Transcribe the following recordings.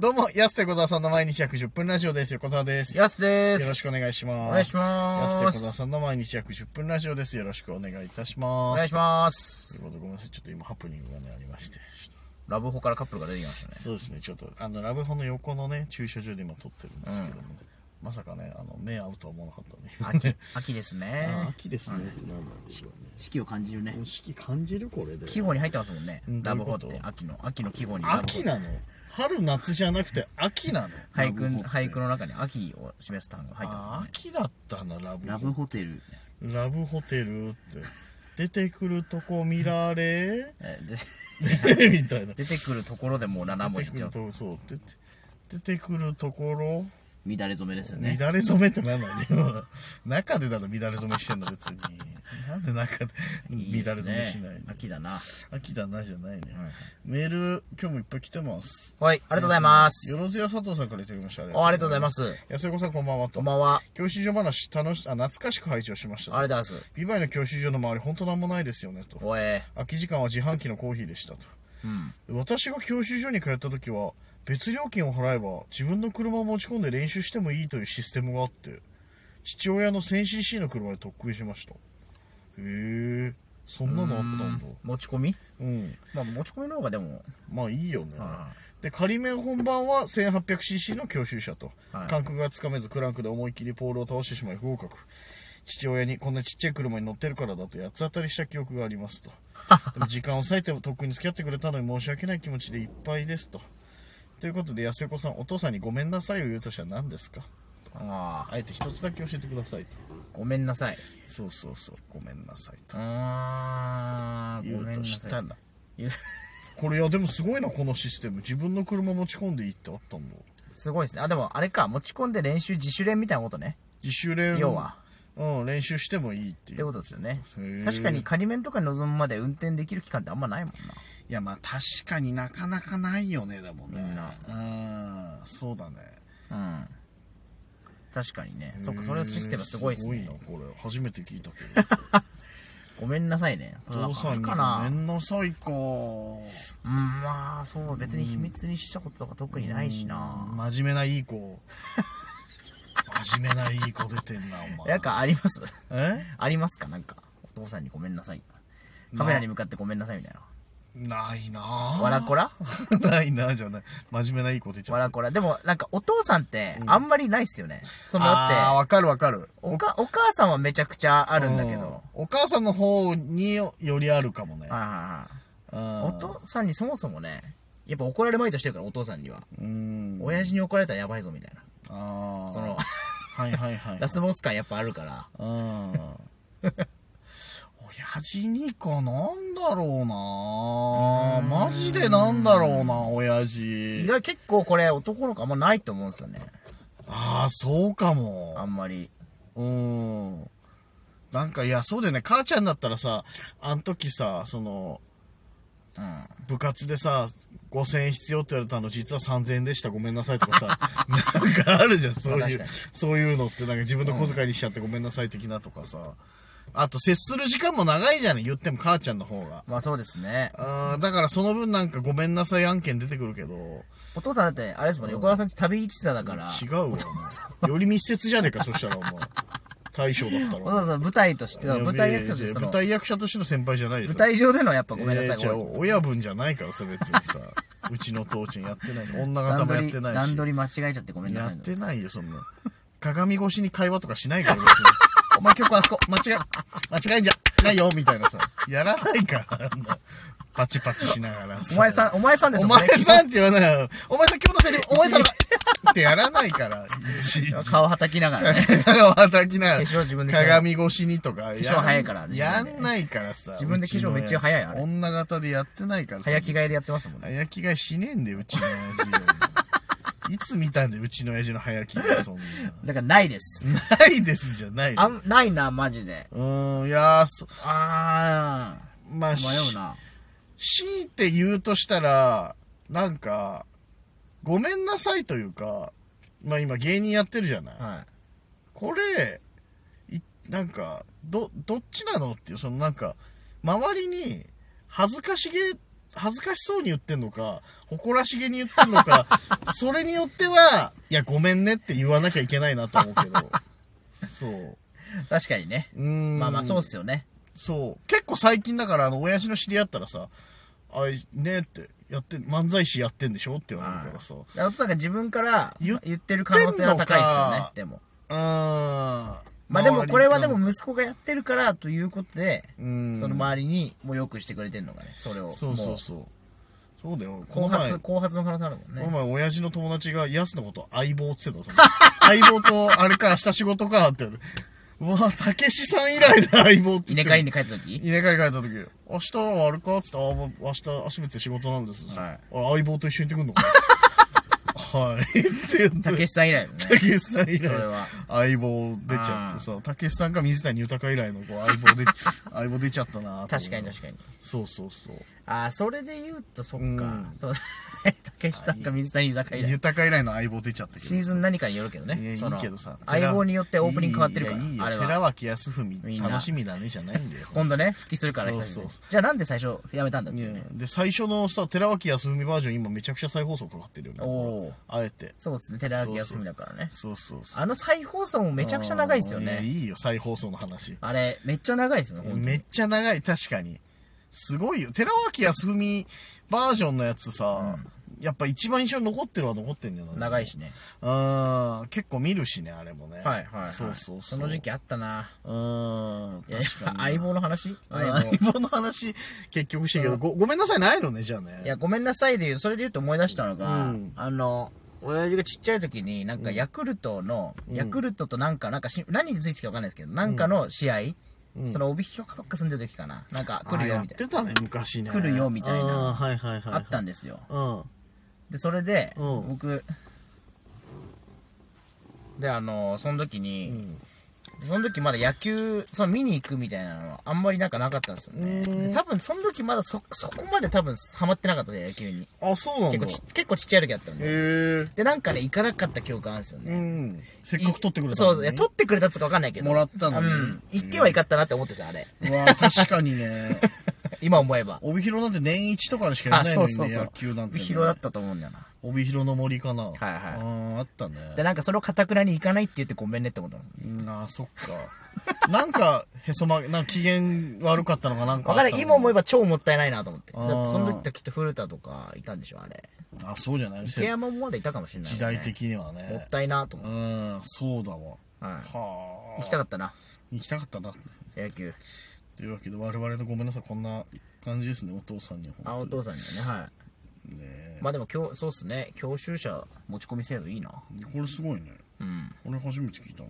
どうも、安手小沢さんの毎日約10分ラジオです。横澤です。よやすです。ろしくお願いします。お願いします。安手小沢さんの毎日約10分ラジオです。よろしくお願いいたします。お願いしますとい。うことでごめんなさい。ちょっと今ハプニングがね、ありまして。ラブホからカップルが出てきましたね。そうですね、ちょっと、あの、ラブホの横のね、駐車場で今撮ってるんですけども、まさかね、あの、目合うとは思わなかったんで。秋、秋です あーね。秋ですねってなんだろうね。四季を感じるねもう。四季感じるこれで。季語に入ってますもんねうん。ラブホっどういうてこ秋の、秋の季語にラブホ。秋なの春夏じゃなくて秋なの俳句ラブホっの、て俳句の中に秋を示す単語が入ってあまー秋だったなラブホすもんね。ホテル。ラブホテルって出てくるとこ見ら れえでみたいな出てくるところでもう7文出字ていっくちゃるとう。そう出て出てくるところ乱れ染めですよね。乱れ染めってなんなんだよ 中でだろ乱れ染めしてんの別になんで中でいいで乱すれね染めしないの秋だな。秋だなじゃないね、はいメール今日もいっぱい来てますはい、ありがとうございますよ。ろずや佐藤さんからいただきましたありおありがとうございます。安横さんこんばんはとこんばんは。教習所話楽しあ懐かしく拝聴しましたとありがとうございます。ビバイの教習所の周り本当なんもないですよねとおえ空き時間は自販機のコーヒーでしたとー。うん。私が教習所に通った時は別料金を払えば自分の車を持ち込んで練習してもいいというシステムがあって父親の 1000cc の車で特訓しましたへえそんなのあったんだ持ち込みうん、まあ持ち込みの方がでも、まあいいよねはで仮面本番は 1800cc の教習車と、はい感覚がつかめずクランクで思いっきりポールを倒してしまい不合格父親にこんなちっちゃい車に乗ってるからだと八つ当たりした記憶がありますと でも時間を割いてとっくに付き合ってくれたのに申し訳ない気持ちでいっぱいですとということで安横さんお父さんにごめんなさいを言うとしたら何ですかあああえて一つだけ教えてくださいとごめんなさいそうそうそうごめんなさいとあー言ごうめんとなしさたいら言う これいやでもすごいなこのシステム自分の車持ち込んでいいってあったんだすごいですねあでもあれか持ち込んで練習自主練みたいなことね自主練要はうん、練習してもいいってっいてうことですよねへー確かに仮面とかに臨むまで運転できる期間ってあんまないもんいやまあ確かになかなかないよねだもんねみんなうんそうだねなうん確かにねそっかそれのシステムすごいですすねごいなこれ初めて聞いた けごめんなさいねどお父さんにかごめなんなさいかうんまあそう別に秘密にしたこととか特にないしな真面目ないい子真面目ないい子出てんなお前なんかありますえありますかなんかお父さんにごめんなさいカメラに向かってごめんなさいみたいなないなあわらこら ないなあじゃない真面目ないい子出ちゃわったらこら。でも、なんか、お父さんって、あんまりないっすよね。その、あーだって、わかるわかるおか、お母さんはめちゃくちゃあるんだけど。うんお母さんの方によりあるかもねはいはうんいはいお父さんにそもそもね、やっぱ怒られまいとしてるから、お父さんには。うん親父に怒られたらやばいぞ、みたいな。ああその、はいはいはい、はい、 ラスボス感やっぱあるから。うん親父にかなんだろうなマジでなんだろうな親意父外結構これ、男の子あんまないと思うんですよね。ああそうかあもんまり。うんなんかいやそうだよね母ちゃんだったらさあん時さそのうん。部活でさ5000円必要って言われたの実は3000円でしたごめんなさいとかさ なんかあるじゃんそうまあい確うかにそういうのってなんか自分の小遣いにしちゃってごめんなさい的なとかさあと接する時間も長いじゃない言っても母ちゃんの方がまあそうですね。あーだからその分なんかごめんなさい案件出てくるけどお父さんだって、あれですもんね、横川さんち旅一座だから。違うわお前より密接じゃねえかそしたらお前大将だったお ら父さん舞台として、舞台役としいやいやいやて、その舞、台役者としての先輩じゃないでしょ舞台上でのやっぱごめんなさい、えーじゃあごめんなさい親分じゃないからさ別 にさうちの父ちゃんやってない女方段もや取っりてないし段取り間違えちゃってごめんなやさいっねてないよ、そんな。鏡越しに会話とかしないから、別に。お前今日あそこ、間違え、間違えんじゃないよ、みたいなさ。やらないから、あんなパチパチしながらお前さんお前さんですおもん前ねさんって言わないよ。お前さん今日のセリフ覚えたのかってやらないから、いちいち。顔はたきな がらね叩きなが化粧自分らでしない鏡越しにとかやん粧早いから自分やでんないからさ自分で化粧めっちゃ早いあれうちの親父女型でやってないからさ早着替えでやってますもんね早着替えしねえんだようちの親父よ いつ見たんだようちの親父の早着替えそんなだからないですないですじゃないあのんないなマジでうーんいやーそあまああし迷うな強いて言うとしたらなんかごめんなさいというかまあ今芸人やってるじゃない、はこれいなんかどどっちなのっていうそのなんか周りに恥ずかしげ恥ずかしそうに言ってんのか、誇らしげに言ってんの か、それによっては、いや、ごめんねって言わなきゃいけないなと思うけど。そう。確かにね。うーん。まあまあそうっす。すよね。そう。結構最近だから、あの、親父の知り合ったらさ、あい、ねって、やって、漫才師やってんでしょって言われるからさ。だからおそらく自分から言っ言ってる可能性は高いですよ言ってんのねか。でも。うーん。まあでもこれはで周りも息子がやってるからということで、から、うん。その周りにもうよくしてくれてるのがね、それを。そうそうそう。そうだよ。こもう後の前発、、後発の可能性あるもんこのね。前、親父の友達が、ヤスのこと、相棒って言ってたぞ。 相棒と、あれか、明日仕事か、って言われて。うわぁ、たけしさん以来だ、相棒って言って。稲刈り。に帰った時稲刈り帰った時、明日はあれかって言ったら、あもう明日、足別で仕事なんです。はいあ相棒と一緒に行ってくんのか はい。って言って。たけしさん以来だたね。けしさん以それ来は。相棒出ちゃってさ、たけしさんか水谷豊以来のこう相棒で、相棒出ちゃったなぁと思います確かに確かに。そうそうそう。ああ、それで言うと、そっうんか。そう、たけしさんか水谷豊以来。豊か以来の相棒出ちゃったけど。シーズン何かによるけどね。いや、いいそのけどさ。相棒によってオープニング変わってるから、いやいいよあれ寺は。脇康文みんな楽しみだねじゃないんだよ今度ね、復帰するから、そう久そうしそうぶりに。じゃあなんで最初やめたんだっていいやうね。で最初のさ寺脇康文バージョン今めちゃくちゃ再放送かかってるよねおおー。あえてそうですね、寺脇休みだからね。そうそうそうあの再放送もめちゃくちゃ長いですよあーいね。やいいよ再放送の話あれ、めっちゃ長いですよね、ほんとめっちゃ長い確かにすごいよ寺脇康文バージョンのやつさ、やっぱ一番印象に残ってるは残ってんだよな長いしね。うん結構見るしねあれもねはいはいはい。そうそうそうその時期あったな。うんいや、相棒の話相棒。い相棒の話、結局したけど、ごごめんなさい、ないのね、じゃあね。や、ごめんなさいで言う、それで言うと思い出したのが、うんあの、親父がちっちゃい時に、なんかヤクルトの、ヤクルトとなんか、なんかし、何についてかわかんないですけど、なんかの試合、その帯広かどっか住んでる時かな。なんか来るよみたあいやってたね、昔ね。来るよみたいなあーはいはいはい。な。あったんですよ。うん。で、それで、うん僕、で、あの、その時に、その時まだ野球、その見に行くみたいなのはあんまりなんかなかったんですよね。うんで多分その時まだそ、そこまで多分ハマってなかったで、野球に。あ、そうなん結構だ。ち、結構ちっちゃい時だったんで。へで、なんかね、行かなかった記憶があるんですよえ。ね。うん。せっかく取ってくれたそのうにそう、いや、取ってくれたっつうかわかんないけど。もらったのにうん。行けばよかったなって思ってた、あれ。うわ確かに ね。今思えば。帯広なんて年一とかでしか やあ、らないそのうにそうね、そう。野球なんてね。帯広だったと思うんだよな。帯広の森かな。はいあーあったね。で、なんかそれをかたくなに行かないって言ってごめんねって思ったんですよ。うんあー、そっか。なんか、へそま、なんか機嫌悪かったのかなんかあわったのかんなかい。今思えば超もったいないなと思って。だあっーてその時ってきっと古田とかいたんでしょ、あれ。あ、そうじゃない池山もまだいたかもしれない、ね。時代。的にはね。もったいなと思っうん、そうだわ。て。はい。はあ。行きたかったな、行きたかったな。野球。というわけで、我々のごめんなさい、こんな感じですね、お父さんには。あ、お父さんにはね、はい。まあでも、教そうっすね。教習者持ち込み制度いいな。これすごいね。うん。俺初めて聞いたの。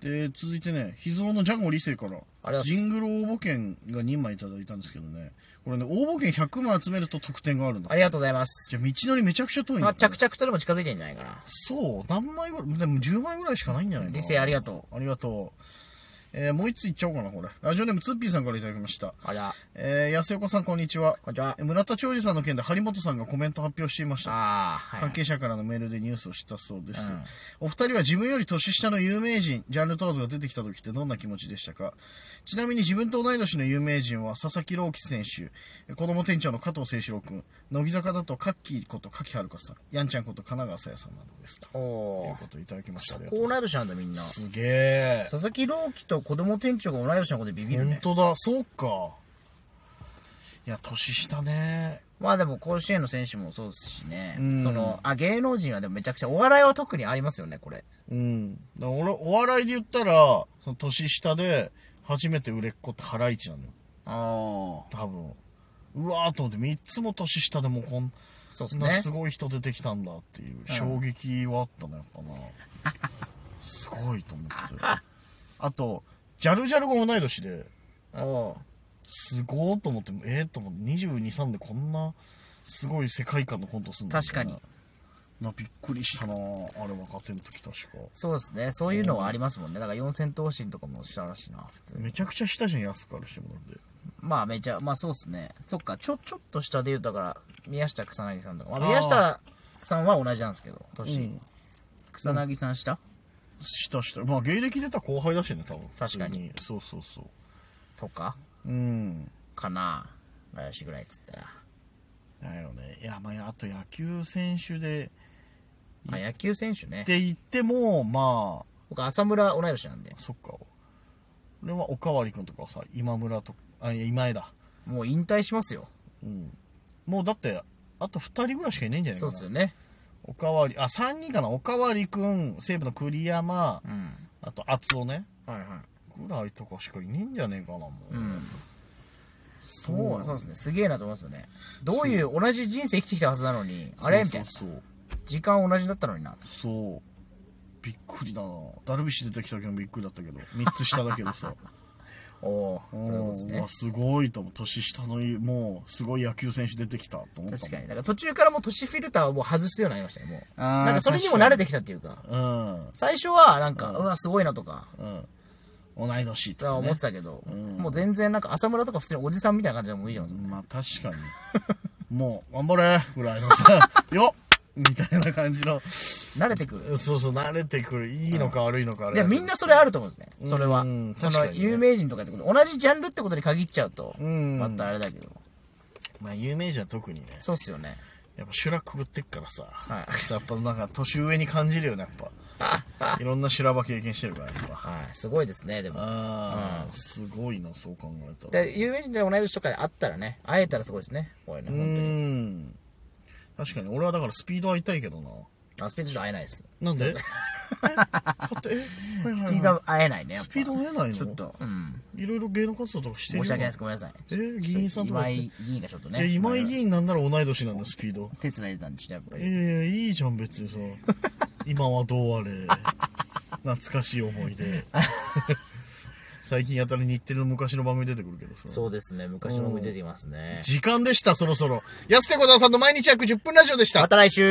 で、続いてね、秘蔵のジャンゴ理性かありがとうございら、ますジングル応募券が2枚いただいたんですけどね、これね、応募券100枚集めると得点があるんだあ。りがとうございます。じゃあ、道のりめちゃくちゃ遠いんまあ、だ。着々とでも近づいてんじゃないかな。そう、何枚ぐらい、でも10枚ぐらいしかないんじゃないかな。理性ありがとう。ありがとう。えーもう1ついっちゃおうかな、これ。ラジオネームツッピーさんからいただきました。ありゃ、えー、安横さん、こんにちは。こんにちは。え村田兆治さんの件で張本さんがコメント発表していました。ああ、はい。関係者からのメールでニュースをしたそうです、うんお二人は自分より年下の有名人、ジャンル問わずが出てきた時ってどんな気持ちでしたかちなみに自分と同い年の有名人は佐々木朗希選手、子供店長の加藤清志郎君、乃木坂だとカッキーこと柿遥さん、やんちゃんこと神奈川さやさんなどですと。おというおことをいただきました。ありー。がとうこうなるじゃんだ、みんな。すげえ。佐々木朗希と子供店長が同い年のことでビビる本ね。当だ、そうか。いや、年下ね。まあでも甲子園の選手もそうですしね、んそのあ芸能人はでもめちゃくちゃお笑いは特にありますよねこれうん。だから俺、お笑いで言ったら、その年下で、初めて売れっ子ってハライチなのよ。あ多分。うわーと思って、3つも年下でもこんそうですなねすごい人出てきたんだっていう、衝撃はあったの、やっぱな。 すごいと思って。あと、ジャルジャルが同い年で、おすごーと思って、ええと思って、22、3でこんな、すごい世界観のコントすんだみたいな確かな、びっくりしたなあれ若手の時確か。そうですねそういうのはありますもんねだから四千頭身とかもしたらしいな普通にめちゃくちゃ下じゃん、安くあるしもなんで。まあめちゃまあそうですねそっかちょちょっと下で言うとだから宮下草薙さんとか、まああー宮下さんは同じなんですけど年、うん草薙さん下、したした。まあ、芸歴出た後輩だしね、多分。確かに普通。そうそうそとかう。うん。かな怪しいぐらいっつったらなんやろねいやまああと野球選手であ野球選手ねって言ってもまあ僕浅村同い年なんでそっか俺はおかわり君とかさ今村とかあいや今江だもう引退しますようんもうだってあと2人ぐらいしかいないんじゃないそかうなっすよねおかわりあ3人かなおかわり君西武の栗山うんあと厚尾ねはいはいぐらいとかしかいねえんじゃねえかなもう、うんそうそうですねすげえなと思いますよねどういう同じ人生生きてきたはずなのにあれみたいなそうそう時間同じだったのになそうそうびっくりだなダルビッシュ出てきた時もびっくりだったけど3つ下だけどさおおーう そういうことですんうねわすごいと思う年下のもうすごい野球選手出てきたと思ったもん確かにだから途中からもう年フィルターをもう外すようになりましたねもうあーなんかそれにも慣れてきたっていうかうん最初はなんか、うわすごいなとかうん同い年とか、ね、思ってたけど、うんもう全然なんか浅村とか普通におじさんみたいな感じでもういいじゃん、まあ確かに もう頑張れぐらいのさ よっみたいな感じの慣れてくるそうそう慣れてくるいいのか悪いのかあれでみんなそれあると思うんですねそれは、うんそ確かのにね有名人とかってこと同じジャンルってことに限っちゃうと、んまたあれだけどまあ有名人は特にねそうっすよねやっぱ修羅くぐってっからさ、はいさやっぱなんか年上に感じるよねやっ ぱいろんな修羅場経験してるからやっぱはいすごいですねでもああ、すごいなそう考えたらで有名人で同い年とかで会ったらね会えたらすごいですねこういううねん確かに俺はだからスピードは痛いけどなあスピードちょっと会えないですなん でえ勝手えはいはいはいスピード会えないねやっぱスピード会えないのちょっと、うん、いろいろ芸能活動とかしてる申し訳ないですかごめんなさいえ議員さんとか今やって井議員がちょっといやね今井議員なんなら同い年なんだスピード手つないでたんでちょっとやっぱり、いやいやいいじゃん別 にさ今はどうあれ懐かしい思い出最近やたら日テレの昔の番組出てくるけどさそうですね昔のも出ていますね時間でしたそろそろ安手小沢さんの毎日約10分ラジオでしたまた来週